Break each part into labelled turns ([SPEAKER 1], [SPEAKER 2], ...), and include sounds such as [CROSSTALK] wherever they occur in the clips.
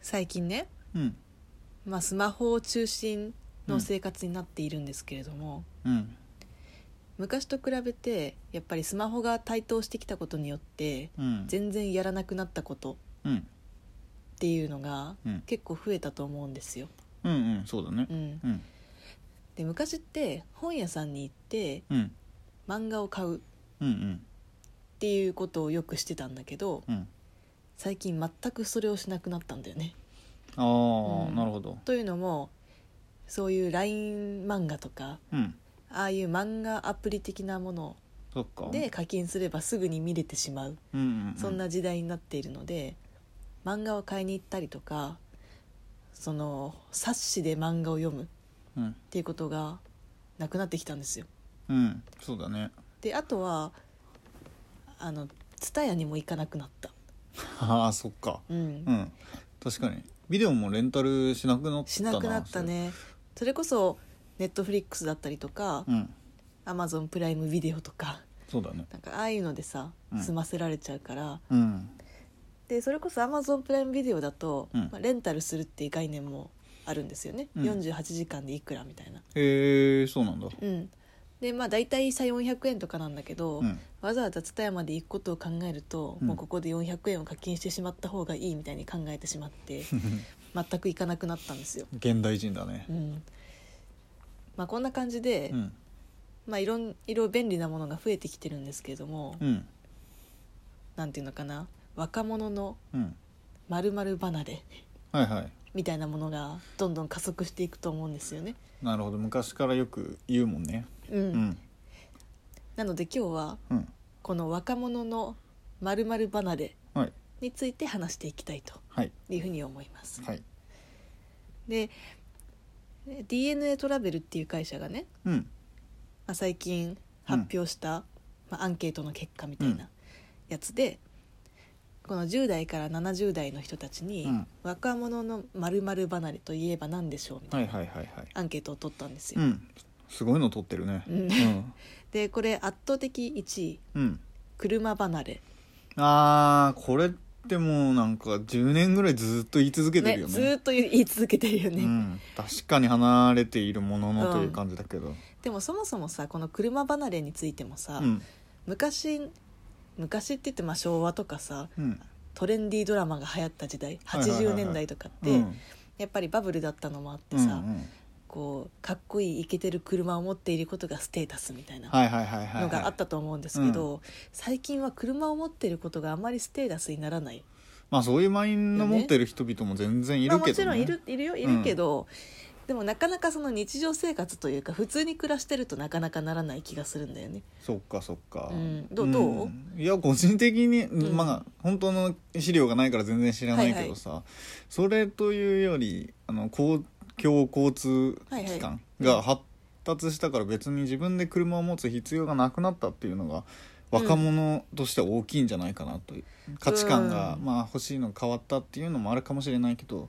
[SPEAKER 1] 最近ね、
[SPEAKER 2] うん
[SPEAKER 1] まあ、スマホを中心の生活になっているんですけれども、
[SPEAKER 2] うん
[SPEAKER 1] 昔と比べてやっぱりスマホが台頭してきたことによって
[SPEAKER 2] うん
[SPEAKER 1] 全然やらなくなったこと
[SPEAKER 2] うん
[SPEAKER 1] っていうのが
[SPEAKER 2] うん
[SPEAKER 1] 結構増えたと思うんですよ。
[SPEAKER 2] うんうんそうだね
[SPEAKER 1] うん、
[SPEAKER 2] うん
[SPEAKER 1] で昔って本屋さんに行って
[SPEAKER 2] うん
[SPEAKER 1] 漫画を買うっ
[SPEAKER 2] うん
[SPEAKER 1] ていうことをよくしてたんだけど
[SPEAKER 2] うんうん
[SPEAKER 1] 最近全くそれをしなくなったんだよね。
[SPEAKER 2] ああ、
[SPEAKER 1] うん
[SPEAKER 2] なるほど
[SPEAKER 1] というのもそういう LINE 漫画とか
[SPEAKER 2] うん
[SPEAKER 1] ああいう漫画アプリ的なもの
[SPEAKER 2] そっか
[SPEAKER 1] で課金すればすぐに見れてしまう
[SPEAKER 2] うんうん、うん、
[SPEAKER 1] そんな時代になっているので漫画を買いに行ったりとかその冊子で漫画を読むっ
[SPEAKER 2] うん
[SPEAKER 1] ていうことがなくなってきたんですよ。
[SPEAKER 2] うんそうだね
[SPEAKER 1] であとはあの TSUTAYA にも行かなくなった、
[SPEAKER 2] ああそっか
[SPEAKER 1] うん
[SPEAKER 2] うん確かにビデオもレンタルしなくなった
[SPEAKER 1] しなくなったねそれこそ Netflix だったりとか
[SPEAKER 2] それうん
[SPEAKER 1] Amazon プライムビデオとか
[SPEAKER 2] そうだね
[SPEAKER 1] なんかああいうのでさ
[SPEAKER 2] うん
[SPEAKER 1] 済ませられちゃうから、
[SPEAKER 2] うん
[SPEAKER 1] でそれこそ Amazon プライムビデオだと、
[SPEAKER 2] うん
[SPEAKER 1] まあ、レンタルするっていう概念もあるんですよね、
[SPEAKER 2] うん
[SPEAKER 1] 48時間でいくらみたいな
[SPEAKER 2] へえそうなんだ
[SPEAKER 1] うんでまあ大体さ400円とかなんだけど、
[SPEAKER 2] うん
[SPEAKER 1] わざわざ蔦屋まで行くことを考えると、
[SPEAKER 2] うん
[SPEAKER 1] もうここで400円を課金してしまった方がいいみたいに考えてしまって全く行かなくなったんですよ、
[SPEAKER 2] 現代人だね
[SPEAKER 1] うんまあ、こんな感じで、
[SPEAKER 2] うん
[SPEAKER 1] まあ、いろんいろ便利なものが増えてきてるんですけれども、
[SPEAKER 2] うん
[SPEAKER 1] なんていうのかな若者の
[SPEAKER 2] うん
[SPEAKER 1] 〇〇離れ
[SPEAKER 2] はいはい
[SPEAKER 1] みたいなものがどんどん加速していくと思うんですよね。
[SPEAKER 2] なるほど昔からよく言うもんね
[SPEAKER 1] うん
[SPEAKER 2] うん
[SPEAKER 1] なので今日は
[SPEAKER 2] うん
[SPEAKER 1] この若者のまるまる離れ
[SPEAKER 2] はい
[SPEAKER 1] について話していきたいと
[SPEAKER 2] はい
[SPEAKER 1] いうふうに思います。
[SPEAKER 2] はい
[SPEAKER 1] で DNA トラベルっていう会社がね、
[SPEAKER 2] うん
[SPEAKER 1] まあ、最近発表した、まあ、アンケートの結果みたいなやつで、この10代から70代の人たちに、
[SPEAKER 2] うん
[SPEAKER 1] 若者のまるまる離れといえば何でしょうみたい
[SPEAKER 2] はいはいはいはい
[SPEAKER 1] なアンケートを取ったんですよ。
[SPEAKER 2] うんすごいの撮ってるね
[SPEAKER 1] うん
[SPEAKER 2] うん
[SPEAKER 1] でこれ圧倒的1位
[SPEAKER 2] うん
[SPEAKER 1] 車離れ
[SPEAKER 2] あーこれってもうなんか10年ぐらいずっと言い続けてるよね
[SPEAKER 1] ずーっと言い続けてるよね、
[SPEAKER 2] うん、確かに離れているもののという感じだけど、
[SPEAKER 1] でもそもそもさこの車離れについてもさ、
[SPEAKER 2] うん
[SPEAKER 1] 昔昔って言ってまあ昭和とかさ
[SPEAKER 2] うん
[SPEAKER 1] トレンディードラマが流行った時代
[SPEAKER 2] はいはいはいはい
[SPEAKER 1] 80年代とかって、
[SPEAKER 2] うん
[SPEAKER 1] やっぱりバブルだったのもあって
[SPEAKER 2] うんう
[SPEAKER 1] さ、
[SPEAKER 2] ん、
[SPEAKER 1] こうかっこいいイケてる車を持っていることがステータスみたいな
[SPEAKER 2] はいはいはいはい
[SPEAKER 1] のがあ
[SPEAKER 2] は
[SPEAKER 1] っ
[SPEAKER 2] い
[SPEAKER 1] たと思うんですけど、最近は車を持っていることがあまりステータスにならない
[SPEAKER 2] まあそういうマインド持ってる人々も全然い
[SPEAKER 1] まあ、
[SPEAKER 2] る
[SPEAKER 1] も
[SPEAKER 2] け
[SPEAKER 1] ち
[SPEAKER 2] ど、
[SPEAKER 1] ろ
[SPEAKER 2] ね
[SPEAKER 1] んいるいるよいるけど、でもなかなかその日常生活というか普通に暮らしてるとなかなかならない気がするんだよね。
[SPEAKER 2] そっかそっか、
[SPEAKER 1] うんどうどうん
[SPEAKER 2] いや個人的に、
[SPEAKER 1] ん
[SPEAKER 2] まあ本当の資料がないから全然知らないけどさ、それというよりあの公共交通機関が発達したから別に自分で車を持つ必要がなくなったっていうのが若者としては大きいんじゃないかなという、価値観が、
[SPEAKER 1] うん
[SPEAKER 2] まあ、欲しいの変わったっていうのもあるかもしれないけど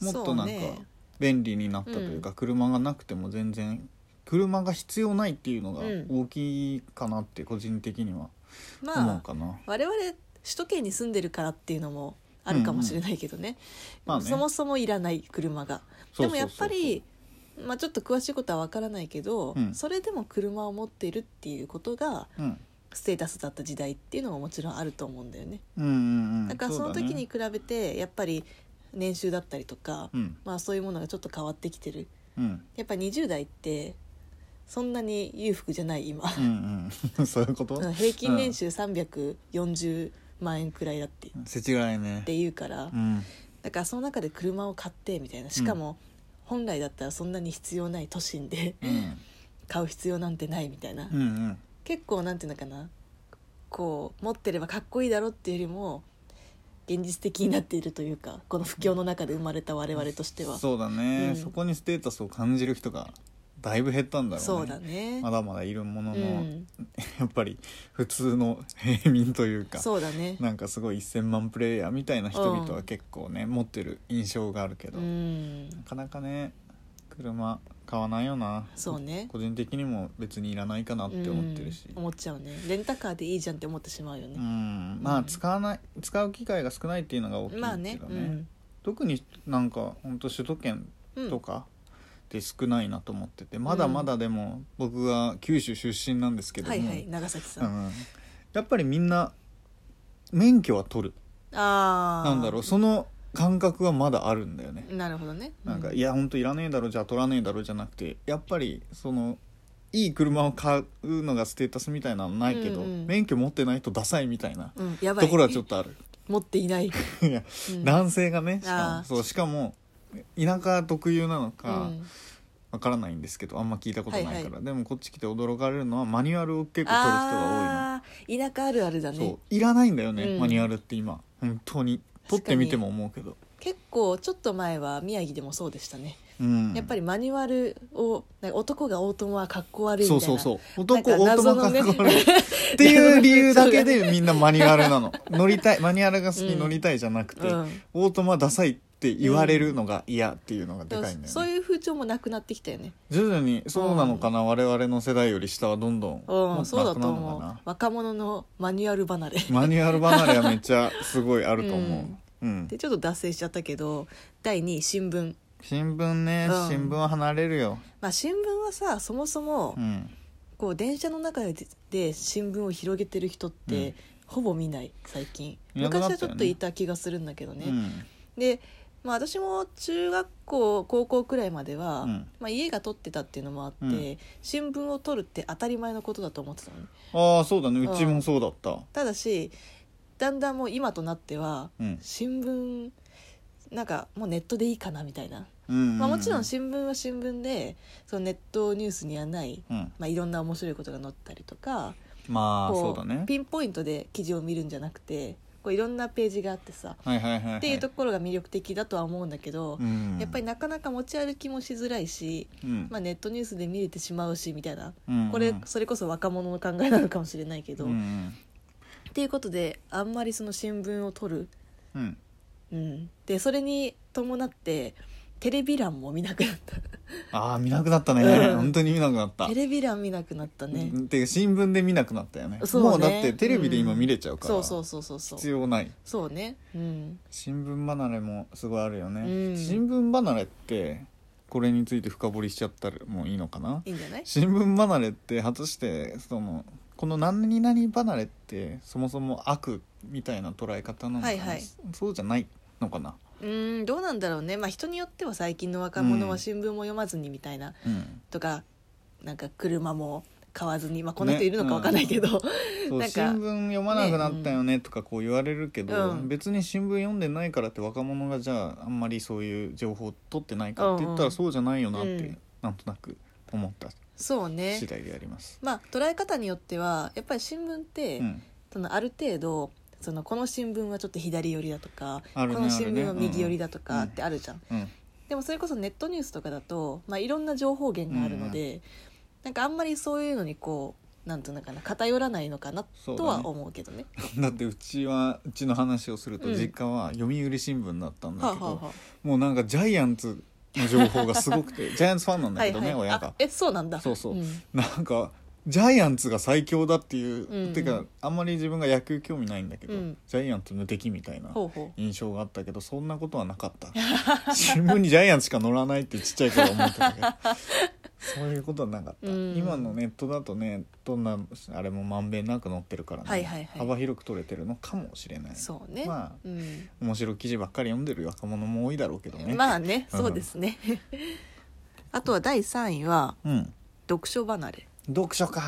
[SPEAKER 2] もっとなんか
[SPEAKER 1] そうね
[SPEAKER 2] 便利になったというか、車がなくても全然車が必要ないっていうのが
[SPEAKER 1] うん
[SPEAKER 2] 大きいかなって個人的には思
[SPEAKER 1] ま
[SPEAKER 2] う
[SPEAKER 1] あ
[SPEAKER 2] かな、
[SPEAKER 1] 我々首都圏に住んでるからっていうのもあるかもしれないけどね,、
[SPEAKER 2] うんうんまあね
[SPEAKER 1] そもそもいらない車が。
[SPEAKER 2] そ
[SPEAKER 1] で
[SPEAKER 2] うそうそうそ
[SPEAKER 1] もやっ
[SPEAKER 2] う
[SPEAKER 1] ぱりまあ、ちょっと詳しいことはわからないけど、
[SPEAKER 2] うん
[SPEAKER 1] それでも車を持っているっていうことが
[SPEAKER 2] うん、
[SPEAKER 1] ステータスだった時代っていうのももちろんあると思うんだよね。
[SPEAKER 2] うんうんうん
[SPEAKER 1] だからその時に比べてやっぱり年収だったりとか、
[SPEAKER 2] そうだね
[SPEAKER 1] まあ、そういうものがちょっと変わってきてる
[SPEAKER 2] うんうん
[SPEAKER 1] やっぱ20代ってそんなに裕福じゃない今、
[SPEAKER 2] うんうん [LAUGHS] そういうこと、
[SPEAKER 1] うん平均年収340万円くらいだって、っ
[SPEAKER 2] せちがらいね
[SPEAKER 1] ていうから、
[SPEAKER 2] うん
[SPEAKER 1] だからその中で車を買ってみたいなしかも本来だったらそんなに必要ない都心で
[SPEAKER 2] うん
[SPEAKER 1] 買う必要なんてないみたいな、
[SPEAKER 2] うんうん
[SPEAKER 1] 結構なんていうのかなこう持ってればかっこいいだろっていうよりも現実的になっているというかこの不況の中で生まれた我々としては。
[SPEAKER 2] そうだね、
[SPEAKER 1] うん
[SPEAKER 2] そこにステータスを感じる人がだいぶ減ったんだろうね
[SPEAKER 1] そうだね
[SPEAKER 2] まだまだいるものの、
[SPEAKER 1] うん、
[SPEAKER 2] [LAUGHS] やっぱり普通の平民というか
[SPEAKER 1] そうだね
[SPEAKER 2] なんかすごい1,000万プレイヤーみたいな人々は結構ね、持ってる印象があるけど、
[SPEAKER 1] う
[SPEAKER 2] なんかなかね車買わないよな
[SPEAKER 1] そうね
[SPEAKER 2] 個人的にも別にいらないかなって思ってるし
[SPEAKER 1] うん、思っちゃうねレンタカーでいいじゃんって思ってしまうよ
[SPEAKER 2] う
[SPEAKER 1] ね、
[SPEAKER 2] んまあ使わない使う機会が少ないっていうのが大きいけどね,、
[SPEAKER 1] まあねうん
[SPEAKER 2] 特になんか本当首都圏
[SPEAKER 1] うん
[SPEAKER 2] とかで少ないなと思ってて、まだまだでも僕は九州出身なんですけども、
[SPEAKER 1] はいはい長崎さ、
[SPEAKER 2] うんんやっぱりみんな免許は取る
[SPEAKER 1] ああ
[SPEAKER 2] なんだろうその感覚はまだあるんだよね。
[SPEAKER 1] なるほどね
[SPEAKER 2] なんか
[SPEAKER 1] う
[SPEAKER 2] いや本当いらねえだろじゃあ取らねえだろじゃなくてやっぱりそのいい車を買うのがステータスみたいなのはないけど、
[SPEAKER 1] うんうん
[SPEAKER 2] 免許持ってないとダサいみたいな
[SPEAKER 1] うん、やばい
[SPEAKER 2] ところはちょっとある。
[SPEAKER 1] 持ってい
[SPEAKER 2] [LAUGHS]
[SPEAKER 1] ない、
[SPEAKER 2] いや
[SPEAKER 1] うん
[SPEAKER 2] 男性がねしか
[SPEAKER 1] あー
[SPEAKER 2] もそうしかも田舎特有なの
[SPEAKER 1] う
[SPEAKER 2] か
[SPEAKER 1] ん、
[SPEAKER 2] わからないんですけど、あんま聞いたことないから、
[SPEAKER 1] はいは
[SPEAKER 2] でもこっち来て驚かれるのはマニュアルを結構取る人が
[SPEAKER 1] あー田舎あるあるだ
[SPEAKER 2] 多いの、
[SPEAKER 1] ね
[SPEAKER 2] そういらないんだよね、
[SPEAKER 1] うん
[SPEAKER 2] マニュアルって今本当に取ってみても思うけど、
[SPEAKER 1] 結構ちょっと前は宮城でもそうでしたね、
[SPEAKER 2] うん、
[SPEAKER 1] やっぱ
[SPEAKER 2] り
[SPEAKER 1] りマニュアルをなんか男がオートマはかっこ悪いみた
[SPEAKER 2] そ
[SPEAKER 1] いうな
[SPEAKER 2] そうそう
[SPEAKER 1] なん
[SPEAKER 2] 男
[SPEAKER 1] か
[SPEAKER 2] オートマ
[SPEAKER 1] 謎の
[SPEAKER 2] か
[SPEAKER 1] ね
[SPEAKER 2] っこ悪い [LAUGHS] っていう理由だけでみんなマニュアルなの乗りたいマニュアルが好き
[SPEAKER 1] うん
[SPEAKER 2] 乗りたいじゃなくて、
[SPEAKER 1] うん
[SPEAKER 2] オートマダサいって言われるのが嫌っていうのがでかいんだよね、
[SPEAKER 1] そういう風潮もなくなってきたよね
[SPEAKER 2] 徐々にそうなのかな、我々の世代より下はどんどん
[SPEAKER 1] う
[SPEAKER 2] も
[SPEAKER 1] ん
[SPEAKER 2] っ
[SPEAKER 1] そう
[SPEAKER 2] な
[SPEAKER 1] だ
[SPEAKER 2] くな
[SPEAKER 1] と
[SPEAKER 2] るの
[SPEAKER 1] 思
[SPEAKER 2] かな
[SPEAKER 1] う若者のマニュアル離れ
[SPEAKER 2] マニュアル離れはめっちゃすごいあると思う、うん
[SPEAKER 1] でちょっと脱線しちゃったけど第2位新聞
[SPEAKER 2] 新聞ね、
[SPEAKER 1] うん
[SPEAKER 2] 新聞は離れるよ、
[SPEAKER 1] まあ新聞はさそもそも、
[SPEAKER 2] うん、
[SPEAKER 1] こう電車の中でで新聞を広げてる人って、
[SPEAKER 2] うん
[SPEAKER 1] ほぼ見ない最近
[SPEAKER 2] いなくな
[SPEAKER 1] 昔
[SPEAKER 2] ったよね
[SPEAKER 1] はちょっといた気がするんだけどね
[SPEAKER 2] うん
[SPEAKER 1] で、まあ、私も中学校高校くらいまでは、
[SPEAKER 2] うん
[SPEAKER 1] まあ、家が取ってたっていうのもあって、
[SPEAKER 2] うん
[SPEAKER 1] 新聞を取るって当たり前のことだと思ってたのね
[SPEAKER 2] ああそうだね
[SPEAKER 1] うん
[SPEAKER 2] うちもそうだった、
[SPEAKER 1] ただしだんだんもう今となっては、
[SPEAKER 2] うん
[SPEAKER 1] 新聞なんかもうネットでいいかなみたいな、
[SPEAKER 2] うんうんうん
[SPEAKER 1] まあ、もちろん新聞は新聞でそのネットニュースにはない、
[SPEAKER 2] うん、
[SPEAKER 1] まあ、いろんな面白いことが載ったりとか
[SPEAKER 2] まあ
[SPEAKER 1] こ
[SPEAKER 2] そううだね
[SPEAKER 1] ピンポイントで記事を見るんじゃなくてこういろんなページがあってさ
[SPEAKER 2] はいはいはい、は
[SPEAKER 1] っていうところが魅力的だとは思うんだけど、
[SPEAKER 2] うん、
[SPEAKER 1] やっぱり、なかなか持ち歩きもしづらいし、
[SPEAKER 2] うん
[SPEAKER 1] まあ、ネットニュースで見れてしまうしみたいな
[SPEAKER 2] うん
[SPEAKER 1] これ
[SPEAKER 2] うん
[SPEAKER 1] それこそ若者の考えなのかもしれないけど。
[SPEAKER 2] うんうん
[SPEAKER 1] っていうことであんまりその新聞を取る、
[SPEAKER 2] うん、
[SPEAKER 1] うん、でそれに伴ってテレビ欄も見なくなっ
[SPEAKER 2] ああ見なくなったね、
[SPEAKER 1] うん
[SPEAKER 2] 本当に見なくなった
[SPEAKER 1] たテレビ欄見なくなったね、
[SPEAKER 2] てか新聞で見なくなったよね
[SPEAKER 1] そうね
[SPEAKER 2] もうだってテレビで今見れちゃうから、
[SPEAKER 1] そうそうそうそうそう
[SPEAKER 2] 必要ない
[SPEAKER 1] そうねうん
[SPEAKER 2] 新聞離れもすごいあるよね、
[SPEAKER 1] うん
[SPEAKER 2] 新聞離れってこれについて深掘りしちゃったらもういいのかない
[SPEAKER 1] いんじゃない
[SPEAKER 2] 新聞離れって果たしてそのこの何々離れってそもそも悪みたいな捉え方なのかな、
[SPEAKER 1] はいはい
[SPEAKER 2] そうじゃないのかな、
[SPEAKER 1] うーんどうなんだろうね、まあ、人によっては最近の若者は新聞も読まずにみたいな、
[SPEAKER 2] うん、
[SPEAKER 1] とかなんか車も買わずに、まあ、こんな人いるのかわかんないけど、
[SPEAKER 2] そう
[SPEAKER 1] なんか
[SPEAKER 2] 新聞読まなくなったよねとかこう言われるけど、
[SPEAKER 1] うん
[SPEAKER 2] 別に新聞読んでないからって若者がじゃああんまりそういう情報取ってないかって言った
[SPEAKER 1] うんう
[SPEAKER 2] ら
[SPEAKER 1] ん
[SPEAKER 2] そうじゃないよなって、
[SPEAKER 1] うん
[SPEAKER 2] なんとなく思った
[SPEAKER 1] [LAUGHS] そうね
[SPEAKER 2] 次第であります。
[SPEAKER 1] まあ捉え方によってはやっぱり新聞って、
[SPEAKER 2] うん
[SPEAKER 1] そのある程度そのこの新聞はちょっと左寄りだとか、
[SPEAKER 2] あるね
[SPEAKER 1] この新聞は
[SPEAKER 2] あるね
[SPEAKER 1] 右寄りだとかってあるじゃん、
[SPEAKER 2] うん [LAUGHS]
[SPEAKER 1] でもそれこそネットニュースとかだと、まあ、いろんな情報源があるので、なんかあんまりそういうのにこうなんていうのかな偏らないのかなとは思うけどね。
[SPEAKER 2] だってうちはうちの話をすると
[SPEAKER 1] うん
[SPEAKER 2] 実家は読売新聞だったんだ
[SPEAKER 1] はあ
[SPEAKER 2] けど、
[SPEAKER 1] はあは
[SPEAKER 2] もうなんかジャイアンツの情報がすご
[SPEAKER 1] [LAUGHS]
[SPEAKER 2] くてジャイアンツファンなん
[SPEAKER 1] あ
[SPEAKER 2] だ
[SPEAKER 1] は
[SPEAKER 2] け
[SPEAKER 1] い
[SPEAKER 2] ど
[SPEAKER 1] は
[SPEAKER 2] ね、
[SPEAKER 1] い
[SPEAKER 2] 親
[SPEAKER 1] あ
[SPEAKER 2] が。
[SPEAKER 1] えそうなんだ
[SPEAKER 2] そうそう、
[SPEAKER 1] ん
[SPEAKER 2] なんかジャイアンツが最強だっていう、
[SPEAKER 1] うんうん
[SPEAKER 2] てかあんまり自分が野球興味ないんだけど、
[SPEAKER 1] うん
[SPEAKER 2] ジャイアンツ無敵みたいな
[SPEAKER 1] ほうほう
[SPEAKER 2] 印象があったけどそんなことはなかった [LAUGHS] 新聞にジャイアンツしか載らないってちっちゃい頃思ってたけどそういうことはなかった、
[SPEAKER 1] うん
[SPEAKER 2] 今のネットだとねどんなあれもまんべんなく載ってるからね、
[SPEAKER 1] はいはいはい
[SPEAKER 2] 幅広く取れてるのかもしれない
[SPEAKER 1] そうね、
[SPEAKER 2] まあ
[SPEAKER 1] うん
[SPEAKER 2] 面白い記事ばっかり読んでる若者も多いだろうけどね
[SPEAKER 1] まあ
[SPEAKER 2] あ
[SPEAKER 1] ね
[SPEAKER 2] うん
[SPEAKER 1] そうですね [LAUGHS] あとは第3位は
[SPEAKER 2] うん
[SPEAKER 1] 読書離れ、
[SPEAKER 2] 読書か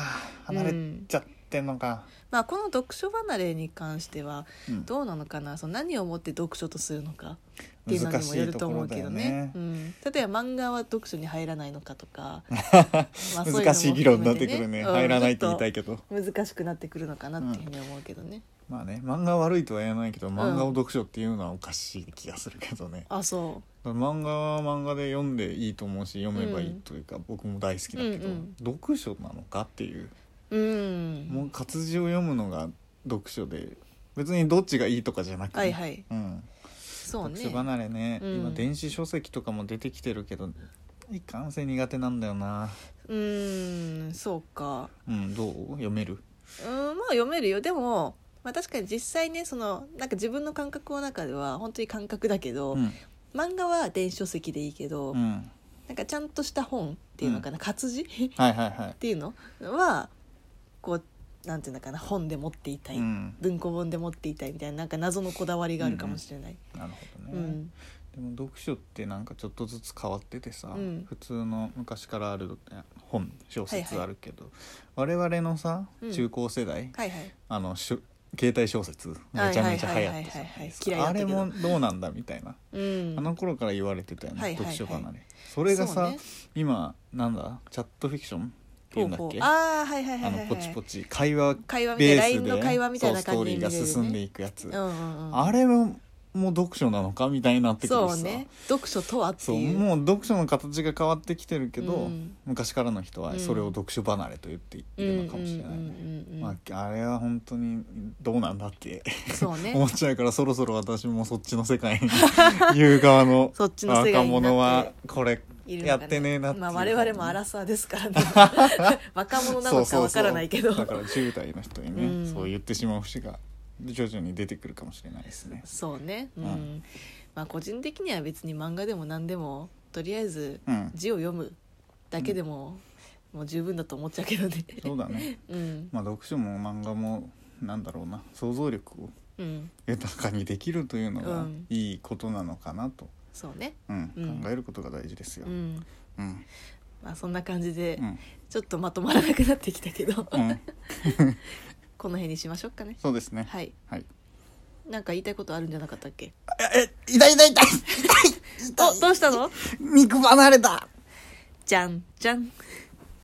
[SPEAKER 2] 離れちゃってんのか、
[SPEAKER 1] まあ、この読書離れに関しては
[SPEAKER 2] うん
[SPEAKER 1] どうなのかなその何をもって読書とするのかっていうのにもよると思うけどね
[SPEAKER 2] 難しいとこ
[SPEAKER 1] う
[SPEAKER 2] ろ
[SPEAKER 1] ん、例えば漫画は読書に入らないのかと
[SPEAKER 2] [LAUGHS]
[SPEAKER 1] かまあそううのも含めてね
[SPEAKER 2] 難しい議論になってくるね、
[SPEAKER 1] うん
[SPEAKER 2] 入らないって言いたい
[SPEAKER 1] ち
[SPEAKER 2] けど
[SPEAKER 1] ょっと難しくなってくるのかなっていうふうに思うけどね、
[SPEAKER 2] まあね漫画悪いとは言えないけど漫画を読書っていうのはおかしい気がするけどね、
[SPEAKER 1] あそ
[SPEAKER 2] 漫画は漫画で読んでいいと思うし読めばいいというか、僕も大好きだけど、
[SPEAKER 1] うんうん
[SPEAKER 2] 読書なのかっていう
[SPEAKER 1] ううん
[SPEAKER 2] もう活字を読むのが読書で別にどっちがいいとかじゃなくて、
[SPEAKER 1] はいはい
[SPEAKER 2] うん、
[SPEAKER 1] そうね
[SPEAKER 2] 読書離れね、
[SPEAKER 1] うん
[SPEAKER 2] 今電子書籍とかも出てきてるけどいかんせん苦手なんだよな
[SPEAKER 1] うんそうか
[SPEAKER 2] うんどう読める
[SPEAKER 1] うんまあ読めるよでも、まあ、確かに実際ねそのなんか自分の感覚の中では本当に感覚だけど、
[SPEAKER 2] うん
[SPEAKER 1] 漫画は電子書籍でいいけど、
[SPEAKER 2] うん
[SPEAKER 1] なんかちゃんとした本っていうのかな、活字 [LAUGHS] っ
[SPEAKER 2] はいはいはい
[SPEAKER 1] ていうのはこうなんていうのかな本で持っていたい、
[SPEAKER 2] うん
[SPEAKER 1] 文庫本で持っていたいみたいななんか謎のこだわりがあるかもしれない。
[SPEAKER 2] なるほど
[SPEAKER 1] う
[SPEAKER 2] ね、
[SPEAKER 1] ん
[SPEAKER 2] でも読書ってなんかちょっとずつ変わっててさ、
[SPEAKER 1] うん
[SPEAKER 2] 普通の昔からある本小
[SPEAKER 1] は
[SPEAKER 2] 説
[SPEAKER 1] いは
[SPEAKER 2] あ
[SPEAKER 1] い
[SPEAKER 2] るけど、我々のさ
[SPEAKER 1] うん
[SPEAKER 2] 中高世代、
[SPEAKER 1] はいはい
[SPEAKER 2] あのしょ携帯小説めちゃめちゃ流行って
[SPEAKER 1] はいはいはいはいはい
[SPEAKER 2] た
[SPEAKER 1] 嫌いだ
[SPEAKER 2] あ
[SPEAKER 1] ったけ
[SPEAKER 2] れ
[SPEAKER 1] ど
[SPEAKER 2] もどうなんだみたいな、
[SPEAKER 1] うん、
[SPEAKER 2] あの頃から言われてたよね、
[SPEAKER 1] はいはいはい
[SPEAKER 2] 読書離れそれが
[SPEAKER 1] そ
[SPEAKER 2] さ、
[SPEAKER 1] うね
[SPEAKER 2] 今なんだチャットフィクションって
[SPEAKER 1] ほ
[SPEAKER 2] いう
[SPEAKER 1] うん
[SPEAKER 2] だっ
[SPEAKER 1] ほう
[SPEAKER 2] け
[SPEAKER 1] ああはいはいはいは
[SPEAKER 2] あ
[SPEAKER 1] い、
[SPEAKER 2] の
[SPEAKER 1] はい、
[SPEAKER 2] ポチポチ会話
[SPEAKER 1] 会話みた
[SPEAKER 2] ベ
[SPEAKER 1] いな
[SPEAKER 2] ース
[SPEAKER 1] LINE の会話
[SPEAKER 2] で
[SPEAKER 1] みたい
[SPEAKER 2] そう
[SPEAKER 1] な
[SPEAKER 2] ストー
[SPEAKER 1] 感じ
[SPEAKER 2] リ
[SPEAKER 1] に見れ
[SPEAKER 2] ーが
[SPEAKER 1] るよね
[SPEAKER 2] 進んでいくやつ、
[SPEAKER 1] うんうんうん、
[SPEAKER 2] あれももう読書なのかみたいになってくるし
[SPEAKER 1] そ
[SPEAKER 2] さ
[SPEAKER 1] うね読書とはって
[SPEAKER 2] そう
[SPEAKER 1] いう
[SPEAKER 2] もう読書の形が変わってきてるけど、
[SPEAKER 1] うん
[SPEAKER 2] 昔からの人はそれを読書離れと言っているのかもしれないね、
[SPEAKER 1] うんうんうんうん
[SPEAKER 2] まあ、あれは本当にどうなんだって
[SPEAKER 1] そうね
[SPEAKER 2] [LAUGHS] 思っちゃうからそろそろ私もそっちの世界に [LAUGHS] 言う側の
[SPEAKER 1] [LAUGHS] そっちの世界になって
[SPEAKER 2] 若者はこれ
[SPEAKER 1] いるの
[SPEAKER 2] や
[SPEAKER 1] か
[SPEAKER 2] ってねえなっていう
[SPEAKER 1] まあ我々もアラサーですからね
[SPEAKER 2] [LAUGHS]
[SPEAKER 1] 若者な
[SPEAKER 2] そ
[SPEAKER 1] の
[SPEAKER 2] う
[SPEAKER 1] か
[SPEAKER 2] そう
[SPEAKER 1] わ
[SPEAKER 2] そう
[SPEAKER 1] からないけど
[SPEAKER 2] だから10代の人にね、
[SPEAKER 1] うん
[SPEAKER 2] そう言ってしまう節が徐々に出てくるかもしれないですね。
[SPEAKER 1] そうねうん、
[SPEAKER 2] うん
[SPEAKER 1] まあ個人的には別に漫画でも何でもとりあえず
[SPEAKER 2] うん、
[SPEAKER 1] 字を読むだけでも、もう十分だと思っちゃうけどね
[SPEAKER 2] そうだね、
[SPEAKER 1] [LAUGHS] うん
[SPEAKER 2] まあ、読書も漫画もなんだろうな想像力を
[SPEAKER 1] うん
[SPEAKER 2] 豊かにできるというの
[SPEAKER 1] う
[SPEAKER 2] が
[SPEAKER 1] ん
[SPEAKER 2] いいことなのかなと、
[SPEAKER 1] そうね
[SPEAKER 2] うん
[SPEAKER 1] うん
[SPEAKER 2] 考えることが大事ですよ。
[SPEAKER 1] う
[SPEAKER 2] うん
[SPEAKER 1] ん
[SPEAKER 2] うん
[SPEAKER 1] まあそんな感じで、
[SPEAKER 2] うん
[SPEAKER 1] ちょっとまとまらなくなってきたけど、 [LAUGHS] この辺にしましょうかね
[SPEAKER 2] そうですね。い。
[SPEAKER 1] はい
[SPEAKER 2] はい、
[SPEAKER 1] なんか言いたいことあるんじゃなかったっけ
[SPEAKER 2] あえ痛い痛い痛い痛い
[SPEAKER 1] おどうしたの
[SPEAKER 2] 肉離れた
[SPEAKER 1] じゃんじゃん